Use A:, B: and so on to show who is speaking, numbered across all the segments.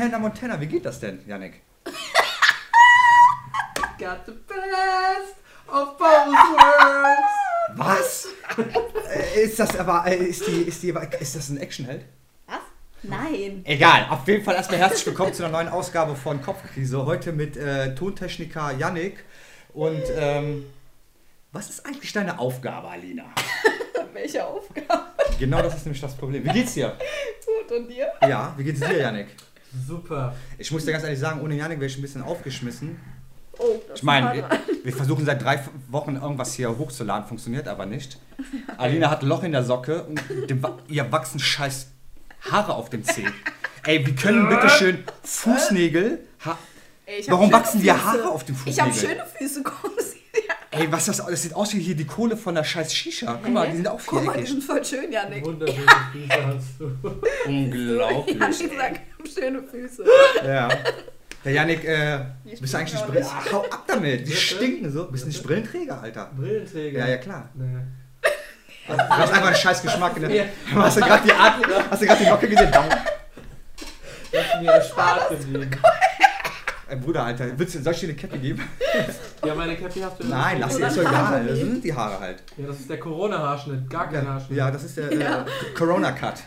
A: Hannah Montana. Wie geht das denn, Yannick?
B: Got the best of both worlds.
A: Was? Äh, ist das aber, äh, ist die, ist die, ist das ein Actionheld?
C: Was? Nein.
A: Egal, auf jeden Fall erstmal herzlich willkommen zu einer neuen Ausgabe von Kopfkrise. Heute mit äh, Tontechniker Yannick. Und ähm, was ist eigentlich deine Aufgabe, Alina?
C: Welche Aufgabe?
A: Genau das ist nämlich das Problem. Wie geht's dir?
C: Gut, und dir?
A: Ja, wie geht's dir, Yannick?
B: Super.
A: Ich muss dir ganz ehrlich sagen, ohne Yannick wäre ich ein bisschen aufgeschmissen.
C: Oh, das
A: Ich meine,
C: war dran.
A: wir, wir versuchen seit drei Wochen irgendwas hier hochzuladen, funktioniert aber nicht. Alina hat ein Loch in der Socke und dem, Wa- ihr wachsen scheiß Haare auf dem Zeh. Ey, wie können bitte schön Fußnägel... Ha
C: Ey, ich hab
A: Warum
C: schöne
A: wachsen dir
C: Füße.
A: Haare auf dem
C: Ich habe
A: Fußnägel?
C: schöne Füße, guck mal, sie-
A: Ey, was ist das? Das sieht aus wie hier die Kohle von der scheiß Shisha. Guck mal, die sind auch
C: Guck mal, die
A: viereckig.
C: sind voll schön, Janik.
B: Wunderschöne Füße hast du.
A: Unglaublich.
C: Janik sagt, ich hab schöne Füße.
A: Ja. Der Janik, äh,
C: Die
A: bist du eigentlich nicht
C: stinken
A: Brillen... Ah, Hau ab damit, die
B: Bitte?
A: stinken so. Bist du nicht Brillenträger, Alter?
B: Brillenträger.
A: Ja, ja, klar.
B: Nee.
A: Du hast einfach einen scheiß Geschmack.
B: Ja.
A: Ne? Hast du gerade die, Art- hast du grad die Locke gesehen? Down.
B: Das ist mir erspart geblieben.
A: Ey, Bruder, Alter, willst du, soll ich dir eine Käppi geben?
B: Ja, meine Käppi hast du ja
A: Nein,
B: nicht.
A: lass sie, ist doch egal. Das sind die Haare halt.
B: Ja, das ist der Corona-Haarschnitt. Gar kein Haarschnitt.
A: Ja, das ist der äh, Corona-Cut.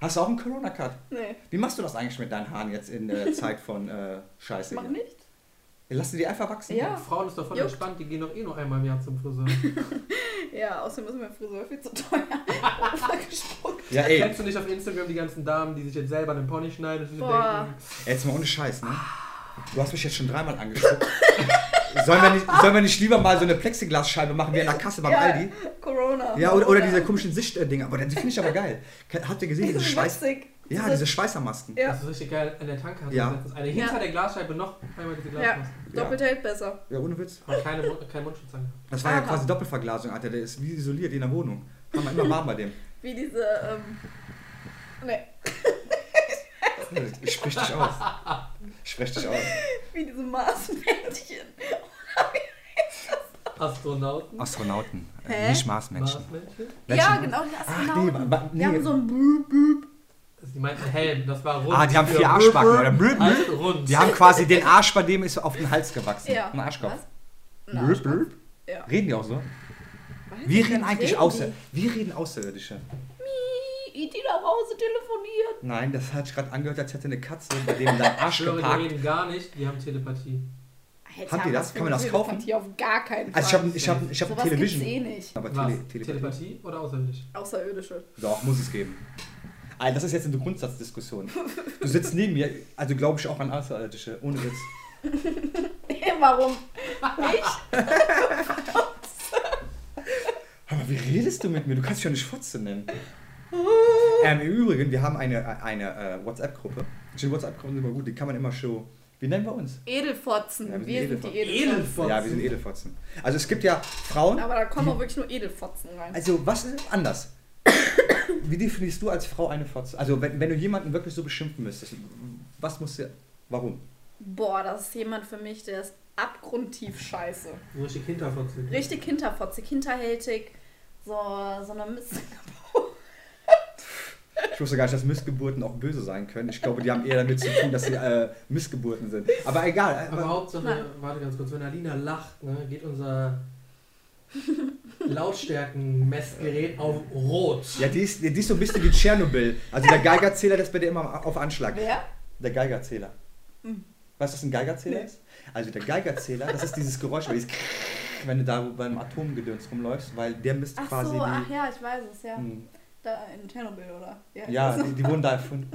A: Hast du auch einen Corona-Cut?
C: Nee,
A: Wie machst du das eigentlich mit deinen Haaren jetzt in der Zeit von äh,
C: ich
A: Scheiße?
C: mach
A: hier?
C: nicht.
A: Lass du die einfach wachsen?
C: Ja.
B: Frauen ist davon
C: Juckt.
B: entspannt, die gehen doch eh nur einmal im Jahr zum Friseur.
C: Ja, außerdem ist mein Friseur viel zu teuer. gesprungen.
A: Ja, ey,
B: Kennst du nicht auf Instagram die ganzen Damen, die sich jetzt selber einen Pony schneiden und sich
C: Boah.
B: denken,
A: jetzt mal ohne Scheiß, ne? Du hast mich jetzt schon dreimal angeschaut. sollen, wir nicht, sollen wir nicht lieber mal so eine Plexiglasscheibe machen wie an der Kasse beim
C: ja,
A: Aldi?
C: Corona.
A: Ja, oder, oder diese komischen Sichtdinger. Aber die finde ich aber geil. Habt ihr gesehen,
C: diese
A: diese Schweiß...
C: Schweiß.
A: Ja, diese Schweißermasken.
C: Ja.
B: das ist richtig geil, an der Tanke hat
A: Ja.
B: letztens eine hinter
C: Ja.
B: der Glasscheibe noch einmal diese
C: Ja,
B: Glasmaske.
C: doppelt hält besser.
A: Ja, ohne Witz.
B: Aber keine, Mund- kein Mundschutz an.
A: Das war ja
C: Aber-
A: quasi Doppelverglasung, Alter. Der ist wie isoliert in der Wohnung. Haben wir immer warm bei dem.
C: Wie diese, ähm. Nee,
A: Sprich dich aus. Sprich dich aus.
C: wie diese Marsmännchen.
B: Astronauten.
A: Astronauten, äh,
C: Hä?
A: nicht Marsmenschen.
B: Marsmännchen?
C: Ja, genau, die
A: Ach, nee,
C: Astronauten.
A: wa-
C: Die
A: nee.
C: haben so ein Blub, Blub.
B: Also die meinten Helm, das war rund.
A: Ah, die haben
B: für
A: vier Arschbacken, oder? Blöd,
C: Also,
A: blöd.
B: Als rund.
A: Die haben quasi den Arsch, bei dem ist auf den Hals gewachsen.
C: Ja.
A: Ein Arschkopf.
C: Was? Ein
A: Blöd,
C: Arschkopf?
A: blöd.
C: Ja.
A: Reden die auch so?
C: Weiß
A: Wir
C: ich
A: reden
C: nicht,
A: eigentlich
C: reden
A: Außer... Wir reden Außerirdische.
C: Die, die nach Hause telefoniert.
A: Nein, das hat sich gerade angehört, als hätte eine Katze bei dem dein Arsch
B: Ich schwöre, die
A: geparkt.
B: reden gar nicht, die haben Telepathie.
C: Alter,
A: Habt ihr das?
C: was
A: Kann man
C: für
A: das
C: ein
A: kaufen?
C: Telepathie auf gar keinen Fall.
A: Also ich habe ich hab, ich hab ein
C: Sowas gibt's
A: Television.
C: eh nicht.
A: Aber
B: Was?
A: Tele, Tele,
B: Telepathie oder außerirdisch?
C: Außerirdische.
A: Doch, muss es geben. Alter, das ist jetzt eine Grundsatzdiskussion. Du sitzt neben mir, also glaube ich auch an Außerirdische, ohne Witz.
C: Warum?
A: Hör mal, wie redest du mit mir? Du kannst dich ja nicht Fotze nennen. ähm, Im Übrigen, wir haben eine, eine äh, WhatsApp-Gruppe. Ich finde WhatsApp-Gruppen sind immer gut, die kann man immer show. Wie nennen wir uns?
C: Edelfotzen.
A: Ja, wir sind
C: wir sind die Edelfotzen.
B: Edelfotzen.
A: Ja, wir sind Edelfotzen. Also es gibt ja Frauen.
C: Aber da kommen auch wirklich nur Edelfotzen rein.
A: Also was ist anders? Wie definierst du als Frau eine Fotze? Also wenn, wenn du jemanden wirklich so beschimpfen müsstest, was musst du. Warum?
C: Boah, das ist jemand für mich, der ist abgrundtief scheiße.
B: So Richtig hinterfotzen.
C: Richtig hinterfotzig, hinterhältig. So, so eine Mist.
A: Ich wusste gar nicht, dass Missgeburten auch böse sein können. Ich glaube, die haben eher damit zu tun, dass sie äh, Missgeburten sind. Aber egal. äh,
B: Aber Hauptsache,
C: Nein.
B: warte ganz kurz, wenn Alina lacht, ne, geht unser Lautstärkenmessgerät auf Rot.
A: Ja, die ist, die ist so ein bisschen wie Tschernobyl. Also der Geigerzähler, der ist bei dir immer auf Anschlag.
C: Wer?
A: Der Geigerzähler. Weißt du, was ein Geigerzähler ist? Also der Geigerzähler, das ist dieses Geräusch, weil dieses wenn du da beim Atomgedöns rumläufst, weil der misst
C: Ach
A: quasi
C: so, ach
A: die...
C: ja, ich weiß es, ja.
A: Hm.
C: Da in Tschernobyl, oder?
A: Ja, die, die wurden da erfunden.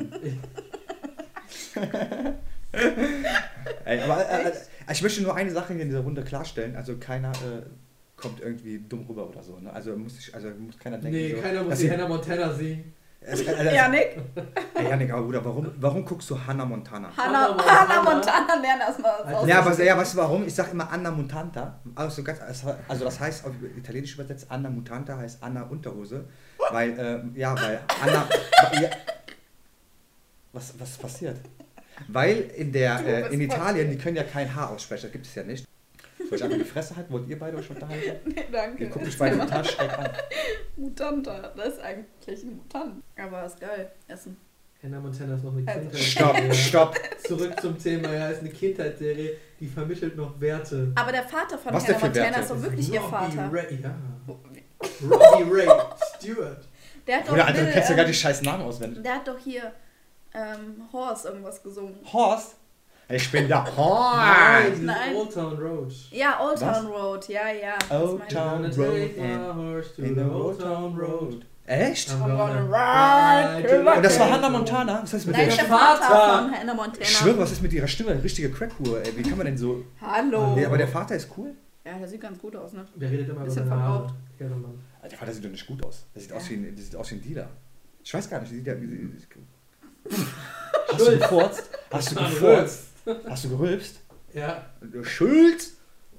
A: Ey, aber äh, äh, ich möchte nur eine Sache hier in dieser Runde klarstellen. Also keiner äh, kommt irgendwie dumm rüber oder so. Ne? Also, muss ich, also muss keiner denken.
B: Nee,
A: so,
B: keiner muss
A: dass
B: die
A: ihr-
B: Hannah Montana singen.
A: Es- äh, äh,
C: Janik?
A: Ey, Janik, aber Bruder, warum, warum guckst du Hannah Montana? Also,
C: Hannah,
B: Hannah
C: Hannah
B: Montana.
C: Montana lernen erstmal
B: Ja,
C: aus.
A: Ja, aber ja, weißt du warum? Ich sag immer Anna Mutanta. Also, ganz, also das heißt auf Italienisch übersetzt Anna Mutanta heißt Anna Unterhose. Weil, ähm, ja, weil Anna. wa- ja, was, was ist passiert? Weil in der
C: Du, was
A: äh, in
C: passiert?
A: Italien, die können ja kein H aussprechen, das gibt es ja nicht. Soll ich einfach die Fresse halten? Wollt ihr beide euch unterhalten?
C: Nee, danke.
A: Ihr guckt mich beide total schräg an.
C: Mutanta, das ist eigentlich ein Mutant. Aber ist geil. Essen.
B: Hannah Montana ist noch eine
C: Also-
A: Stopp,
B: Kindheitsserie.
A: stopp.
B: Zurück zum Thema, ja, ist eine Kindheitsserie, die vermittelt noch Werte.
C: Aber der Vater von
A: Was denn
C: Hannah
A: für
C: Montana
A: Werte?
C: ist doch wirklich ihr
B: Robbie
C: Vater.
B: Ray, ja. Robbie Ray Stewart.
C: Der hat doch,
A: Oder Alter, du
C: Little,
A: kennst ja gar
C: ähm,
A: die scheiß Namen auswendig.
C: der hat doch hier ähm, Horse irgendwas gesungen.
A: Horst? Ich bin der Horst.
C: Nein.
B: Nein, Nein. Old Town Road.
C: Ja, Old
A: Was?
C: Town Road, ja, ja. das
A: Old
C: meine ich.
A: Town
B: Gonna
A: Road
B: take my horse to
A: In
B: the
A: the
B: Old Town Road.
A: Echt?
B: I'm
C: I'm
B: gonna
C: gonna
B: ride
C: ride
B: to
C: to the-
A: Und das war
B: Road.
A: Hannah Montana? Was ist mit
C: Nein,
A: der
C: der
B: Vater.
C: Vater von Hannah Montana.
A: Ich schwöre, was ist mit ihrer Stimme? Richtige Crackruhe, ey. Wie kann man denn so.
C: Hallo.
A: Nee,
C: Ja,
A: aber der Vater ist cool.
C: der sieht ganz gut aus, ne?
B: Wer redet immer über
C: Bisschen
B: seine Haare?
C: verbraucht.
B: Ja, Mann.
A: Ah, Der Vater sieht doch nicht gut aus. Der sieht, aus,
C: Ja.
A: wie ein, der sieht aus wie ein Dealer. Ich weiß gar nicht. Sieht der, wie- wie- hast du
B: Schulz.
A: gefurzt? Hast du gefurzt? Hast du gerülpst?
B: Ja,
A: Schulz?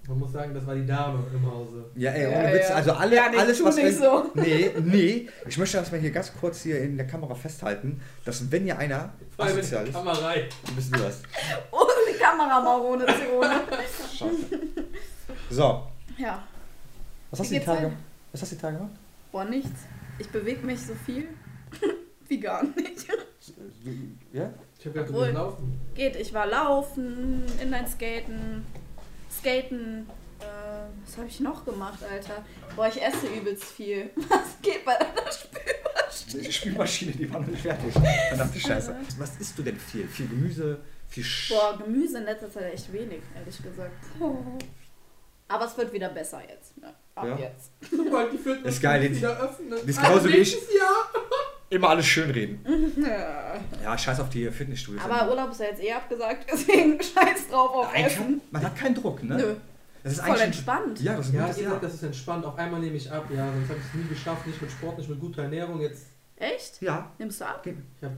B: man muss sagen, das war die Dame im Hause.
A: Ja, ey,
C: Ja,
A: ohne Witz.
C: ja.
A: Also alle,
C: Ja, nee,
A: alles,
C: tu
A: was...
C: nicht
A: wenn-
C: so.
A: Nee, nee. Ich möchte das mal hier ganz kurz hier in der Kamera festhalten, dass wenn hier einer
B: Vor allem mit
A: asozial
B: der
A: ist,
B: Kamera rein.
A: dann bist du das.
C: Ohne Kamera, Mauro, ohne Zione.
A: Scheiße. So,
C: Ja.
A: was hast du die
C: Wie geht's
A: Tage
C: denn?
A: gemacht? Was hast du die Tage gemacht?
C: Boah, nichts. Ich bewege mich so viel wie gar nicht.
A: Ja?
B: Ich hab gedacht, du
C: Obwohl.
B: willst laufen.
C: Geht, ich war laufen, Inline-Skaten, Skaten. Äh, was habe ich noch gemacht, Alter? Boah, ich esse übelst viel. Was geht bei deiner Spülmaschine?
A: Die Spülmaschine, die war noch nicht fertig. Verdammte Scheiße. Was isst du denn viel? Viel Gemüse, viel Sch
C: Boah, Gemüse in letzter Zeit echt wenig, ehrlich gesagt. Aber es wird wieder besser jetzt. Ne? Ab
A: Ja.
C: jetzt.
B: Sobald die Fitness
A: Ist geil, jetzt-
B: wieder öffnen.
A: ist
B: Also
A: genauso wie ich.
B: nächstes Jahr.
A: Immer alles schönreden.
C: Ja.
A: Ja, scheiß auf die Fitnessstudios.
C: Aber Urlaub ist ja jetzt eh abgesagt, deswegen scheiß drauf auf
A: Eigentlich hat-
C: Essen.
A: man hat keinen Druck, ne?
C: Nö,
A: Das ist
C: voll
A: eigentlich ein-
C: entspannt.
A: Ja, das ist ein
B: Ja,
A: gutes
B: ich sag,
A: Jahr.
B: das ist entspannt. Auf einmal nehme ich ab, ja. Sonst hab ich es nie geschafft. Nicht mit Sport, nicht mit guter Ernährung. Jetzt,
C: Echt?
A: Ja,
C: Nimmst du ab?
B: ich hab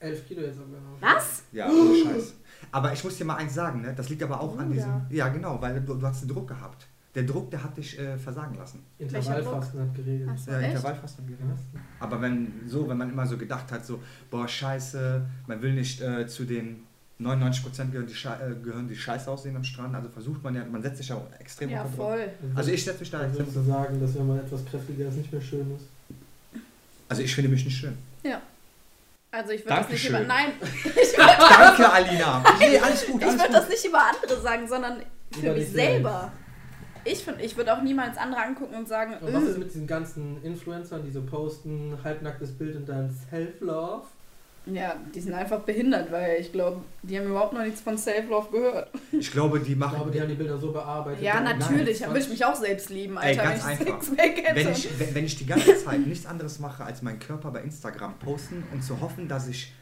B: 11 Kilo jetzt abgenommen.
C: Was?
A: ja, ohne Scheiß. Aber ich muss dir mal eins sagen, ne? das liegt aber auch an
C: Bruder.
A: diesem... Ja, genau, weil du, du hast einen Druck gehabt. Der Druck, der hat dich äh, versagen lassen.
B: Intervallfasten hat geregelt.
C: Ach so,
A: Ja,
C: echt?
A: Intervallfasten. Ja. Aber wenn so, wenn man immer so gedacht hat, so, boah, scheiße, man will nicht äh, zu den 99% gehören die, Sche äh, gehören die Scheiße aussehen am Strand, also versucht man ja, man setzt sich ja extrem
C: Ja,
A: unter Druck.
C: voll.
A: Also ich setze mich da
B: Also
A: extrem
B: würdest du sagen, dass wenn man etwas kräftiger ist, nicht mehr schön ist?
A: Also ich finde mich nicht schön.
C: Also ich würde das nicht
A: Dankeschön.
C: über... Nein, ich würde
A: Danke, Alina. Nee, alles gut, alles
C: würd
A: gut.
C: das nicht über andere sagen, sondern für
B: Über
C: mich
B: dich
C: selber. Ich, find- ich würde auch niemals andere angucken und sagen,
B: Und was ist
C: "Äh,
B: mit diesen ganzen Influencern, die so posten, halbnacktes Bild und dann Self-Love?
C: "Äh, ja, die sind einfach behindert, weil ich glaube, die haben überhaupt noch nichts von Self-Love gehört.
A: Ich glaube, die
B: Ich glaube,
A: machen...
B: die haben die Bilder so bearbeitet.
C: Ja,
B: dass-
C: natürlich.
B: Nein,
C: Dann würde ich mich auch selbst lieben,
A: Ey,
C: Alter,
A: ganz
C: wenn ich
A: einfach.
C: Sex weg hätte.
A: Wenn ich, wenn, wenn ich die ganze Zeit nichts anderes mache, als meinen Körper bei Instagram posten und zu hoffen, dass ich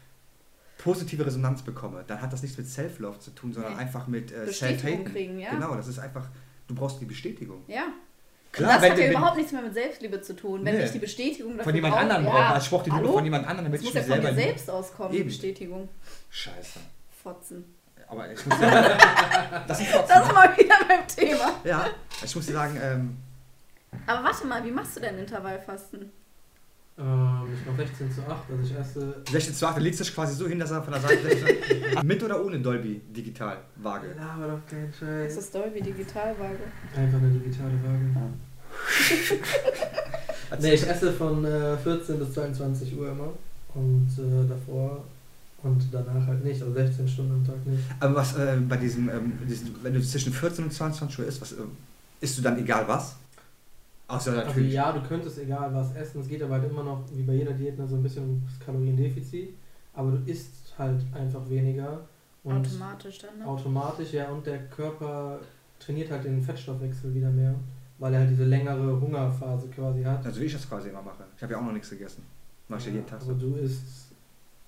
A: positive Resonanz bekomme, dann hat das nichts mit Self-Love zu tun, sondern
C: Nee.
A: einfach mit äh,
C: Bestätigung
A: Self-Hating.
C: kriegen, ja.
A: Genau, das ist einfach, du brauchst die Bestätigung.
C: Ja.
A: Klar,
C: das
A: wenn,
C: hat ja
A: wenn,
C: überhaupt nichts mehr mit Selbstliebe zu tun. Wenn
A: Nee.
C: ich die Bestätigung dafür
A: von jemand
C: brauche,
A: anderem
C: ja.
A: brauche, als ich brauche die Liebe
C: Hallo?
A: von jemand anderem, damit
C: Das
A: ich mich
C: muss ja von
A: selber
C: mir
A: liebe.
C: selbst auskommen,
A: Eben.
C: Bestätigung.
A: Scheiße.
C: Fotzen.
A: Aber ich muss sagen, das ist trotzdem.
C: Das ist mal wieder beim Thema.
A: ja, ich muss dir sagen, ähm,
C: Aber warte mal, wie machst du denn Intervallfasten?
B: Ähm, ich war 16 zu 8, also ich esse.
A: 16 zu 8, legst dich quasi so hin, dass er von der Seite. ne? mit oder ohne Dolby digital Waage?
B: Laber doch keinen
C: Das
B: Scheiß.
C: ist Dolby Digitalwaage.
B: Einfach eine digitale Waage. Nee, ich esse von äh, 14 bis 22 Uhr immer. Und äh, davor und danach halt nicht. Also 16 Stunden am Tag nicht.
A: Aber was äh, bei diesem, ähm, diesem, wenn du zwischen 14 und 22 Uhr isst, was, ähm, isst du dann egal was? Außer
B: Also
A: natürlich.
B: ja, du könntest egal was essen. Es geht aber halt immer noch, wie bei jeder Diät, ne, so ein bisschen ums Kaloriendefizit. Aber du isst halt einfach weniger. Und
C: Automatisch dann, ne?
B: Automatisch, ja, und der Körper trainiert halt den Fettstoffwechsel wieder mehr, weil er halt diese längere Hungerphase quasi hat.
A: Also wie ich das quasi immer mache. Ich habe ja auch noch nichts gegessen. Mach ich ja jeden Tag
B: Also
A: so.
B: du isst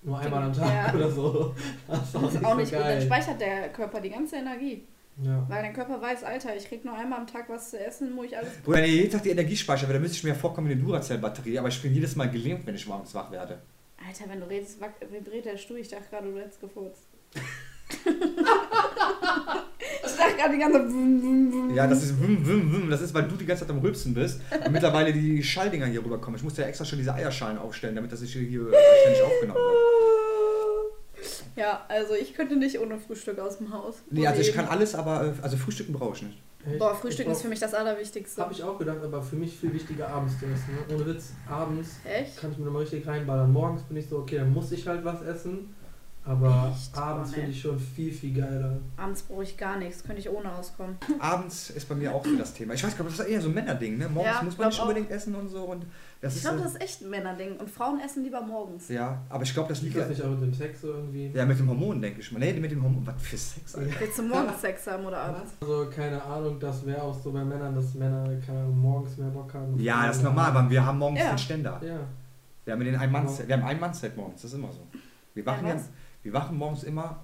B: nur einmal am Tag
C: Ja.
B: oder so. Das ist
C: Das
B: auch nicht,
C: ist auch
B: so
C: nicht gut, dann
B: geil.
C: speichert der Körper die ganze Energie.
B: ja.
C: Weil der Körper weiß, Alter, ich krieg nur einmal am Tag was zu essen, muss ich alles.
A: Bruder, wenn ich jeden Tag die Energie speichere, dann müsste ich mir ja vorkommen wie eine Duracell-Batterie, aber ich bin jedes Mal gelähmt, wenn ich morgens wach werde.
C: Alter, wenn du redest, wack- vibriert der Stuhl. Ich dachte gerade, du hättest gefurzt. ich dachte gerade die ganze. Wum, wum, wum.
A: Ja, das ist wum, wum, wum. Das ist, weil du die ganze Zeit am Rülpsen bist und mittlerweile die Schalldinger hier rüberkommen. Ich musste ja extra schon diese Eierschalen aufstellen, damit das nicht hier ständig aufgenommen wird.
C: Ja, also ich könnte nicht ohne Frühstück aus dem Haus.
A: Nee, also ich
C: Muss
A: also kann alles, aber äh, also Frühstücken brauche ich nicht.
C: eben.
B: Echt?
C: Boah, Frühstück
B: Ich
C: ist für mich das Allerwichtigste.
B: Habe ich auch gedacht, aber für mich viel wichtiger abends zu essen. Ne? Ohne Witz, abends
C: Echt?
B: kann ich mir nochmal richtig reinballern. Morgens bin ich so, okay, dann muss ich halt was essen. Aber
C: Echt? Oh,
B: abends
C: Boah,
B: finde
C: nee.
B: ich schon viel, viel geiler.
C: Abends brauche ich gar nichts, könnte ich ohne auskommen.
A: Abends ist bei mir auch so das Thema. Ich weiß gar nicht, das ist eher so ein Männerding, ne? Morgens
C: Ja,
A: muss man
C: glaub
A: nicht
C: auch.
A: unbedingt essen und so. Und das
C: ich
A: ist
C: glaube,
A: so-
C: das ist echt ein Männerding. Und Frauen essen lieber morgens.
A: Ja, aber ich glaube, das
B: Liegt
A: liegt
B: das nicht auch mit dem Sex so irgendwie?
A: ja mit dem Hormon, denke ich mal. Nee, mit dem Hormon. Was für Sex, Alter.
C: Willst du morgens Sex haben oder abends?
B: Also, keine Ahnung, das wäre auch so bei Männern, dass Männer keine Ahnung, morgens mehr Bock haben.
A: Ja, das ist normal, weil wir haben morgens
C: Ja.
A: den Ständer.
B: Ja.
A: Wir haben den Ein-Mann-Set, wir haben Ein-Mann-Set morgens, das ist immer so. Wir wachen,
C: Ja,
A: ja,
C: was?
A: wir wachen morgens immer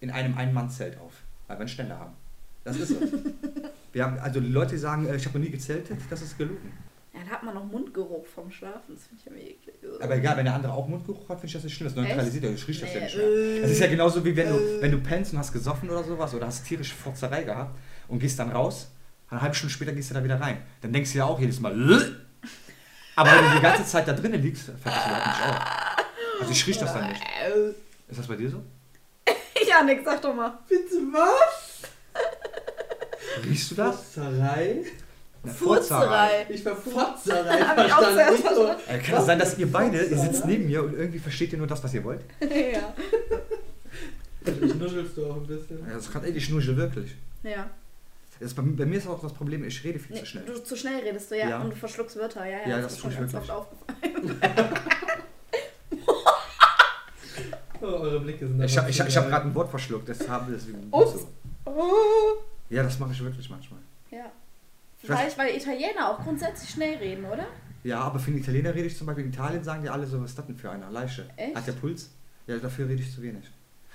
A: in einem Ein-Mann-Zelt auf, weil wir einen Ständer haben. Das ist so. wir haben, also die Leute die sagen, äh, ich habe noch nie gezeltet, das ist gelogen.
C: Ja, dann hat man noch Mundgeruch vom Schlafen. Das finde ich ja eklig.
A: Aber egal, wenn der andere auch Mundgeruch hat, finde ich das nicht schlimm. Das neutralisiert ja, ich riech das ja
C: Nee,
A: nicht mehr. Das ist ja genauso wie wenn du,
C: äh.
A: wenn du pennst und hast gesoffen oder sowas oder hast tierische Fotzerei gehabt und gehst dann raus, eine halbe Stunde später gehst du da wieder rein. Dann denkst du ja auch jedes Mal, "Ugh." aber wenn du die ganze Zeit da drinnen liegst, fällt das überhaupt nicht auf. Also ich riech das dann nicht.
C: Äh,
A: Ist das bei dir so?
C: Janik, äh, sag doch mal.
B: Bitte was?
A: Riechst du das?
B: Fotzerei?
A: Na,
C: Furzerei.
B: Ich war Fotzerei
C: Hab ich auch
B: verstanden.
C: zuerst
B: Ich so,
A: Äh, Kann es sein, dass ihr beide, ihr sitzt neben mir und irgendwie versteht ihr nur das, was ihr wollt?
C: ja.
B: Vielleicht nuschelst du auch ein bisschen.
A: Ja, Das kann ich schnurche wirklich.
C: Ja.
A: Das ist bei, bei mir ist auch das Problem, ich rede viel
C: Nee,
A: zu schnell.
C: Du zu schnell redest du, ja.
A: Ja.
C: Und du verschluckst Wörter, ja. Ja,
A: Ja, das
C: ist
A: tue
C: schon
A: ich
C: ganz oft
A: wirklich.
C: aufgefallen.
B: Oh, eure Blicke sind
A: Ich
B: einfach
A: habe ich,
B: so
A: hab- ich hab
B: geil.
A: gerade ein Wort verschluckt, das haben das
C: Ups.
A: so.
C: Oh.
A: Ja, das mache ich wirklich manchmal.
C: Ja.
A: Ich weiß-
C: Vielleicht, weil Italiener auch grundsätzlich schnell reden, oder?
A: Ja, aber für einen Italiener rede ich zum Beispiel, in Italien sagen die alle so, was ist das denn für einer? Leiche.
C: Echt?
A: Hat der Puls? Ja, dafür rede ich zu wenig.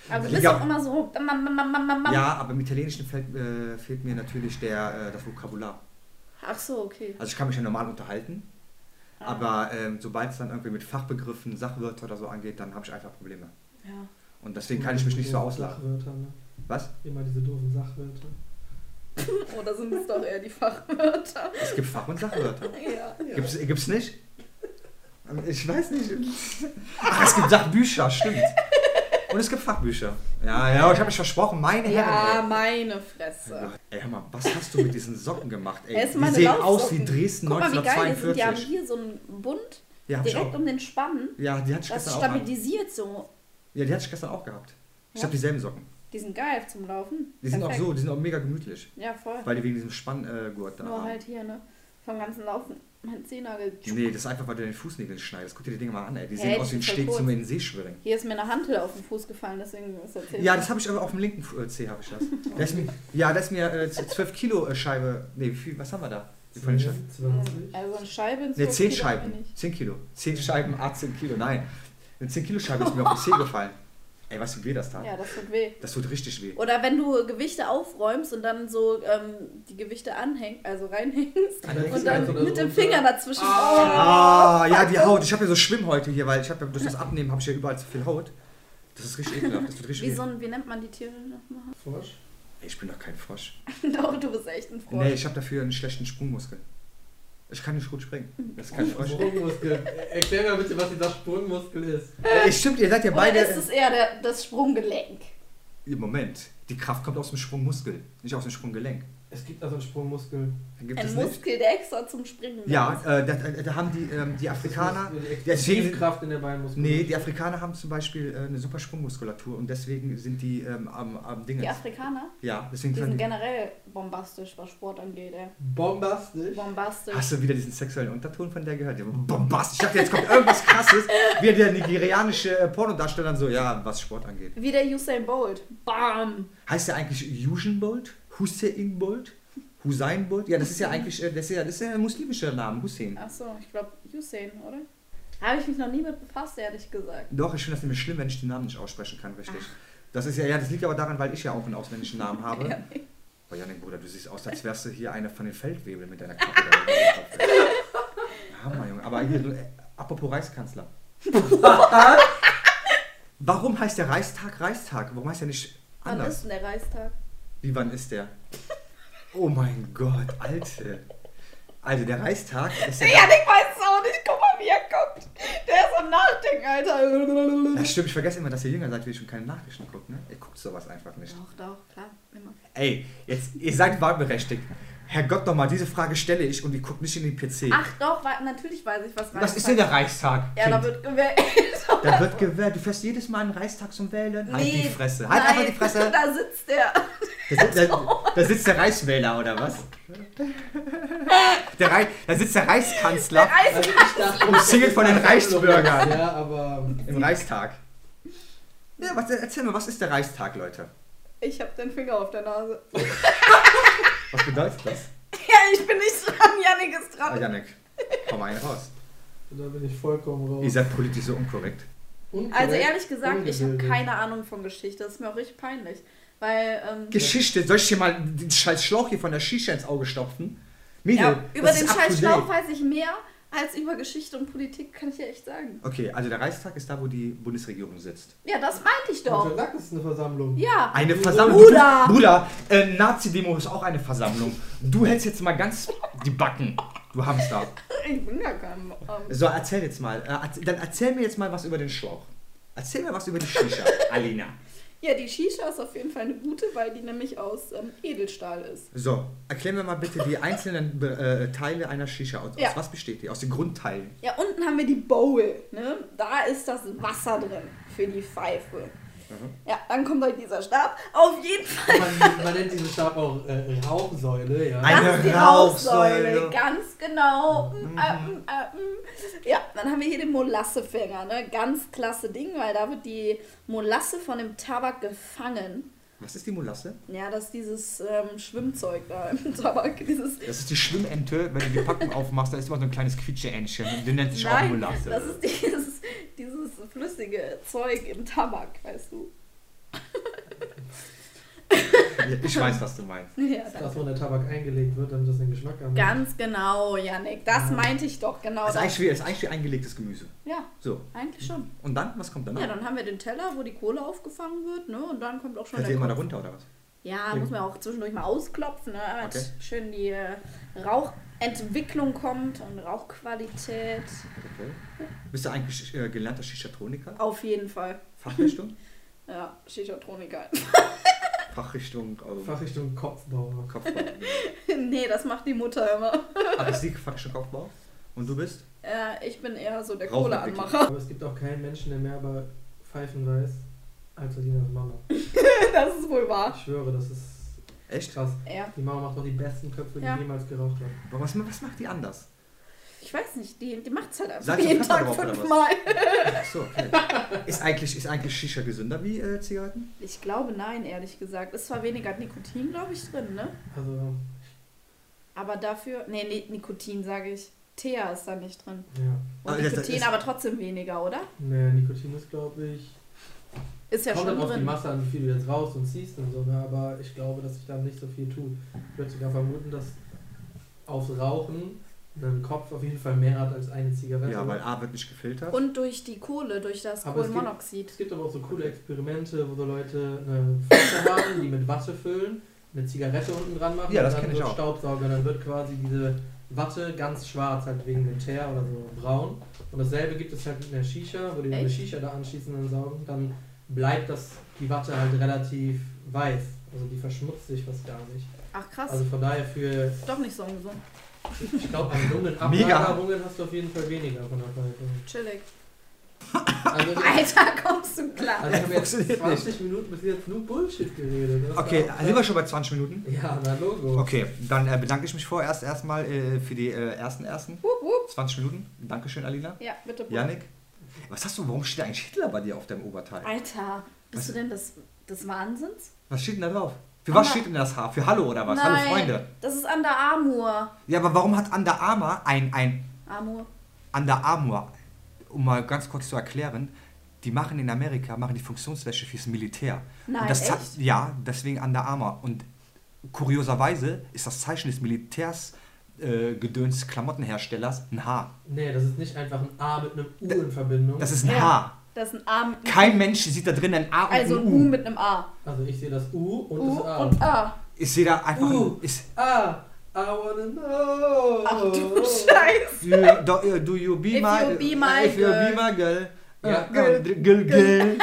C: Aber du
A: Ja.
C: bist auch immer so. Mam, mam, mam, mam, mam, mam.
A: Ja, aber im Italienischen fällt, äh, fehlt mir natürlich der, äh, das Vokabular.
C: Ach so, okay.
A: Also ich kann mich ja normal unterhalten,
C: Ah.
A: aber ähm, sobald es dann irgendwie mit Fachbegriffen, Sachwörter oder so angeht, dann habe ich einfach Probleme.
C: Ja.
A: Und deswegen kann ich mich nicht so
B: Doofen
A: auslachen.
B: Sachwörter, ne?
A: Was?
B: Immer diese doofen Sachwörter.
C: Oder Oh, sind es doch eher die Fachwörter?
A: Es gibt Fach- und Sachwörter.
C: Ja.
A: Gibt's, gibt's nicht? Ich weiß nicht. Ach, es gibt Sachbücher, stimmt. Und es gibt Fachbücher. Ja, ja, ich habe mich versprochen, meine
C: Ja,
A: Herren.
C: meine
A: Ey.
C: Fresse.
A: ey, hör mal, was hast du mit diesen Socken gemacht, ey?
C: Er ist
A: Die
C: meine
A: sehen aus wie
C: Laufsocken.
A: Dresden
C: Guck mal, wie geil die sind. Die haben
A: 1942.
C: hier so einen Bund
A: Ja, hab ich
C: direkt
A: auch.
C: um den Spann.
A: Ja, die hatte ich
C: Das
A: gestern auch. an.
C: stabilisiert so.
A: Ja, die hatte ich gestern auch gehabt. Ich
C: Ja.
A: habe dieselben Socken.
C: Die sind geil zum Laufen.
A: Die sind auch
C: Perfekt.
A: so, die sind auch mega gemütlich.
C: Ja, voll.
A: Weil die wegen diesem Spanngurt da
C: Nur
A: haben.
C: halt hier, ne? Vom ganzen Laufen. Mein Zehennagel.
A: Nee, das ist einfach, weil du den Fußnägel schneidest. Guck dir die Dinge mal an, ey. Die
C: Ja,
A: sehen
C: die
A: aus wie ein
C: sind voll
A: Steg
C: kurz.
A: zum in den See schwimmen.
C: Hier ist mir eine Hantel auf den Fuß gefallen, deswegen ist das
A: Ja, das habe ich aber auf dem linken Fu- äh, Zeh habe ich das. Da ist mir, ja, das ist mir äh, z- 12 Kilo äh, Scheibe. Nee, wie viel, was haben wir da? Wie viel Scheibe?
B: 20.
C: Also eine Scheibe ins
A: Ne, 10
C: Profil haben wir
A: Scheiben.
C: nicht.
A: 10 Kilo. 10 Scheiben, A, 10 Kilo. Nein. Eine 10 Kilo Scheibe ist mir auf den Zeh gefallen. Ey, was tut weh das da?
C: Ja, das tut weh.
A: Das tut richtig weh.
C: Oder wenn du Gewichte aufräumst und dann so ähm, die Gewichte anhängst, also reinhängst
A: Ah, da hängst
C: und
A: du
C: dann
A: eins
B: oder
C: mit
B: so
C: dem
B: runter.
C: Finger dazwischen. Oh.
A: Ah, ja, die Haut. Ich habe ja so Schwimmhäute hier, weil ich habe ja durch das Abnehmen habe ich ja überall zu viel Haut. Das ist richtig ekelhaft. Das tut
C: Oh. Wie
A: richtig
C: so
A: weh.
C: ein, wie nennt man die Tiere nochmal?
B: Frosch?
A: Ey, ich bin doch kein Frosch.
C: Doch, du bist echt ein Frosch.
A: Nee, ich habe dafür einen schlechten Sprungmuskel. Ich kann nicht gut springen. Das ist kein
C: Hm.
A: Frosch.
B: Sprungmuskel. Erklär mal bitte, was dieser Sprungmuskel ist.
A: Ey, stimmt, ihr seid ja
C: Oder
A: beide.
C: ist es eher der, das Sprunggelenk?
A: Im Moment. Die Kraft kommt aus dem Sprungmuskel, nicht aus dem Sprunggelenk.
B: Es gibt also einen Sprungmuskel.
A: Gibt
C: Ein
A: es nicht?
C: Muskel, der extra zum Springen
A: Ja,
C: da
A: äh, da, da- da haben die, ähm, die Afrikaner.
B: Die
A: Deswegen-
B: Explosivkraft in der Beinmuskulatur.
A: Nee, die Afrikaner haben zum Beispiel äh, eine super Sprungmuskulatur und deswegen sind die ähm, am, am
C: ist.
A: Dingens.
C: Die Afrikaner,
A: Ja,
C: die
A: deswegen können
C: sind
A: die,
C: generell bombastisch, was Sport angeht. Ey.
B: Bombastisch.
C: Bombastisch.
A: Hast du wieder diesen sexuellen Unterton von der gehört? Ja, Bombast. Ich dachte, jetzt kommt irgendwas krasses, wie der nigerianische äh, Pornodarsteller so, ja, was Sport angeht.
C: Wie der Usain Bolt. Bam!
A: Heißt der eigentlich Usain Bolt? Hussein Bolt? Hussein Bolt? Ja, das ist ja eigentlich, äh, das ist ja, das ist ja ein muslimischer Name, Hussein.
C: Achso, ich glaube Usain, oder? Habe ich mich noch nie mit befasst, ehrlich gesagt.
A: Doch, ich finde das nämlich schlimm, wenn ich den Namen nicht aussprechen kann, richtig. Das ist ja, ja, das liegt aber daran, weil ich ja auch einen ausländischen Namen habe. Oh Ja. Boah, Janik, Bruder, du siehst aus, als wärst du hier einer von den Feldwebeln mit deiner Kappe. da oben auf dem Kopf. Hammer, Junge. Aber hier, äh, apropos Reichskanzler. Warum heißt der Reichstag Reichstag? Warum heißt er nicht
C: Wann ist
A: anders?
C: denn der Reistag?
A: Wie, wann ist der? Oh mein Gott, Alte. Also, der Reichstag ist ja...
C: Janik weiß es auch nicht. Guck mal, wie er guckt. Der ist am Nachdenken, Alter.
A: Das stimmt, ich vergesse immer, dass ihr jünger seid, wie ihr schon keine Nachrichten guckt, ne? Ihr guckt sowas einfach nicht.
C: Doch, doch, klar, immer.
A: Ey, jetzt, ihr seid wahlberechtigt. Herrgott nochmal, diese Frage stelle ich und ihr guckt nicht in den PC.
C: Ach doch, wa- natürlich weiß ich, was
A: Was ist denn der Reichstag?
C: Ja, da
A: Kind?
C: wird gewählt.
A: da wird gewählt. Du fährst jedes Mal einen Reichstag zum Wählen. Halt die Fresse. Halt
C: nein,
A: einfach die Fresse.
C: da sitzt der.
A: Da, sit- da, da sitzt der Reichswähler, oder was? Der Reich, da sitzt der Reichskanzler
C: Der Reis.
B: Also ich dachte,
A: Umzingelt von den Reichsbürgern.
B: Ja, aber ähm,
A: im Reichstag. Ja, was, erzähl mal, was ist der Reichstag, Leute?
C: Ich hab den Finger auf der Nase.
A: Was bedeutet das?
C: Ja, ich bin nicht dran, Janik ist
A: Ah,
C: dran.
A: Janik, komm mal einen raus.
B: da bin ich vollkommen raus.
A: Ihr seid politisch so unkorrekt.
B: Unkorrekt,
C: Also ehrlich gesagt, ich habe
B: ungebildet.
C: keine Ahnung von Geschichte. Das ist mir auch richtig peinlich. Weil, ähm,
A: Geschichte, soll ich dir mal den scheiß Schlauch hier von der Shisha ins Auge stopfen? Mädel,
C: ja, über
A: das
C: den
A: ist up to
C: scheiß
A: date.
C: Schlauch weiß ich mehr als über Geschichte und Politik, kann ich ja echt sagen.
A: Okay, also der Reichstag ist da, wo die Bundesregierung sitzt.
C: Ja, das meinte ich
B: Unser
A: Also
C: doch.
B: Also Lack ist eine Versammlung.
C: Ja.
A: Eine Versammlung.
C: Bruder!
A: Du- Bruder, äh, Nazi-Demo ist auch eine Versammlung. Du hältst jetzt mal ganz die Backen, du Hamster.
C: Ich bin gar kein. Ähm,
A: So, erzähl jetzt mal. Äh, erz- dann erzähl mir jetzt mal was über den Schlauch. Erzähl mir was über die Shisha, Alina.
C: ja, die Shisha ist auf jeden Fall eine gute, weil die nämlich aus ähm, Edelstahl ist.
A: So, erklär mir mal bitte die einzelnen Be- äh, Teile einer Shisha. Aus,
C: Ja.
A: aus was besteht die? Aus den Grundteilen.
C: Ja, unten haben wir die Bowl. Ne? Da ist das Wasser drin für die Pfeife.
A: Mhm.
C: Ja, dann kommt halt dieser Stab. Auf jeden Fall.
B: Man, man nennt diesen Stab auch äh, Rauchsäule, ja.
A: Ein- Eine
C: Das ist die
A: Rauchsäule. Mhm.
C: Rauchsäule, ganz genau. Mm, äh, mm, äh, mm. Ja, dann haben wir hier den Molassefinger, ne? Ganz klasse Ding, weil da wird die Molasse von dem Tabak gefangen.
A: Was ist die Molasse?
C: Ja, das ist dieses ähm, Schwimmzeug da im Tabak. Dieses
A: Das ist die Schwimmente. Wenn du die Packung aufmachst, da ist immer so ein kleines Quietscheentchen. Und Den nennt sich auch
C: Nein,
A: Molasse.
C: das ist dieses, dieses flüssige Zeug im Tabak, weißt du.
A: ich weiß, was du meinst.
C: Ja,
B: Dass man der Tabak eingelegt wird, damit das den Geschmack annimmt.
C: ganz genau, Yannick. Das meinte ich doch, genau.
A: Das ist
C: Das.
A: eigentlich wie, das ist eigentlich wie eingelegtes Gemüse.
C: Ja,
A: So.
C: eigentlich schon.
A: Und dann? Was kommt danach?
C: Ja, dann haben wir den Teller, wo die Kohle aufgefangen wird, ne? Und dann kommt auch schon
A: Fällt die
C: der
A: immer da
C: Kopf.
A: runter oder was?
C: Ja, muss man auch zwischendurch mal ausklopfen, ne? damit
A: Okay.
C: schön die äh, Rauchentwicklung kommt und Rauchqualität.
A: Okay. Bist du eigentlich äh, gelernter Shishatroniker?
C: Auf jeden Fall.
A: Fachrichtung?
C: Ja, Shishatroniker.
A: Fachrichtung äh,
B: Fachrichtung Kopfbauer.
A: Kopfbau.
C: nee, das macht die Mutter immer.
A: Ah, das ist die Fachrichtung Kopfbau. Und du bist?
C: Äh, ich bin eher so der
A: Rauchentwicklung.
C: Kohleanmacher.
B: Aber es gibt auch keinen Menschen, der mehr über Pfeifen weiß, als Alinas Mama.
C: Das ist wohl wahr.
B: Ich schwöre, das ist
A: Echt?
B: krass.
C: Ja.
B: Die Mama macht doch die besten Köpfe, die
C: Ja.
B: jemals geraucht hat.
A: Aber Was, was macht die anders?
C: Ich weiß nicht, die, die macht's halt einfach
A: Salz und
C: jeden
A: Pfeffer
C: Tag
A: drauf, oder was?
C: fünfmal.
A: Ach so, okay. ist, eigentlich, ist eigentlich Shisha gesünder wie äh, Zigaretten?
C: Ich glaube nein, ehrlich gesagt. Ist zwar weniger Nikotin, glaube ich, drin, ne?
B: Also,
C: Aber dafür. Nee, nee Nikotin sage ich. Thea ist da nicht drin.
B: Ah, ja.
C: Und
A: Aber das-
C: Nikotin
A: das-
C: aber trotzdem weniger, oder?
B: Nee, Nikotin ist, glaube ich.
C: Ist ja
B: kommt
C: schon
B: dann auf die
C: drin.
B: Masse an, wie viel du jetzt raus und ziehst und so, ne? aber ich glaube, dass ich da nicht so viel tue. Ich würde sogar vermuten, dass aufs Rauchen ein Kopf auf jeden Fall mehr hat als eine Zigarette. ne?
A: Ja, weil A wird nicht gefiltert.
C: Und durch die Kohle, durch das
B: Aber es gibt-
C: Kohlenmonoxid.
B: es gibt aber auch so coole Experimente, wo so Leute eine Flasche haben, die mit Watte füllen, eine Zigarette unten dran machen
A: Ja, das
B: und
A: kenn
B: dann
A: ich
B: so
A: auch.
B: Staubsauger, dann wird quasi diese Watte ganz schwarz, halt wegen dem Teer oder so braun. Und dasselbe gibt es halt mit einer Shisha, wo die eine
C: Echt?
B: Shisha da anschließen und saugen, dann bleibt das, die Watte halt relativ weiß. Also die verschmutzt sich fast gar nicht.
C: Ach krass,
B: Also von daher für,
C: doch nicht so ungesund.
B: ich glaube, an dummen
A: Mega.
B: Ablagerungen hast du auf jeden Fall weniger von der Pfeife.
C: Chillig.
B: Also,
C: Alter, kommst du klar.
B: also ich habe jetzt
A: Funktioniert nicht.
B: 20 Minuten bis jetzt nur Bullshit geredet. Das
A: Okay,
B: war-
A: sind wir schon bei 20 Minuten?
B: Ja, na Logo.
A: Okay, dann äh, bedanke ich mich vorerst erstmal äh, für die äh, ersten ersten
C: Wupp, wupp.
A: 20 Minuten. Dankeschön, Alina.
C: Ja, bitte. Bruder.
A: Janik. Was hast du, warum steht eigentlich Hitler bei dir auf deinem Oberteil?
C: Alter, bist
A: Was?
C: du denn des, des Wahnsinns?
A: Was steht denn da drauf? Für was
C: Anna-
A: steht denn das H? Für Hallo oder was? Hallo Freunde.
C: das ist Under Armour.
A: Ja, aber warum hat Under Armour ein, ein
C: Armour.
A: Under Armour, um mal ganz kurz zu erklären, die machen in Amerika, machen die Funktionswäsche fürs Militär.
C: Nein,
A: und das Ze-
C: echt?
A: Ja, deswegen Under Armour. Und kurioserweise ist das Zeichen des Militärs äh, gedöns Klamottenherstellers ein H.
B: Nee, das ist nicht einfach ein A mit einem U in Verbindung.
A: Das ist ein
C: Ja.
A: H.
C: Das ist ein A mit
A: Kein Mensch sieht da drin ein A und
C: Also
A: ein
C: ein
A: U.
C: U mit einem A.
B: also ich sehe das U und
C: U
B: das A.
C: und A.
A: Ist jeder einfach
B: U.
A: ein, ist,
B: A, I wanna know.
C: Ach
B: Oh.
C: du Scheiße.
A: Do you, do, you- do you be
C: If
A: my,
C: you be my
A: if you be
C: girl. genau.
A: my girl.
B: Ja.
A: Girl, girl, girl.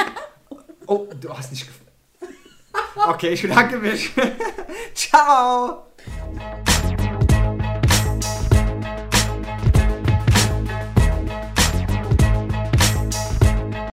A: Oh, du hast nicht gef- Okay, ich bedanke mich. Ciao.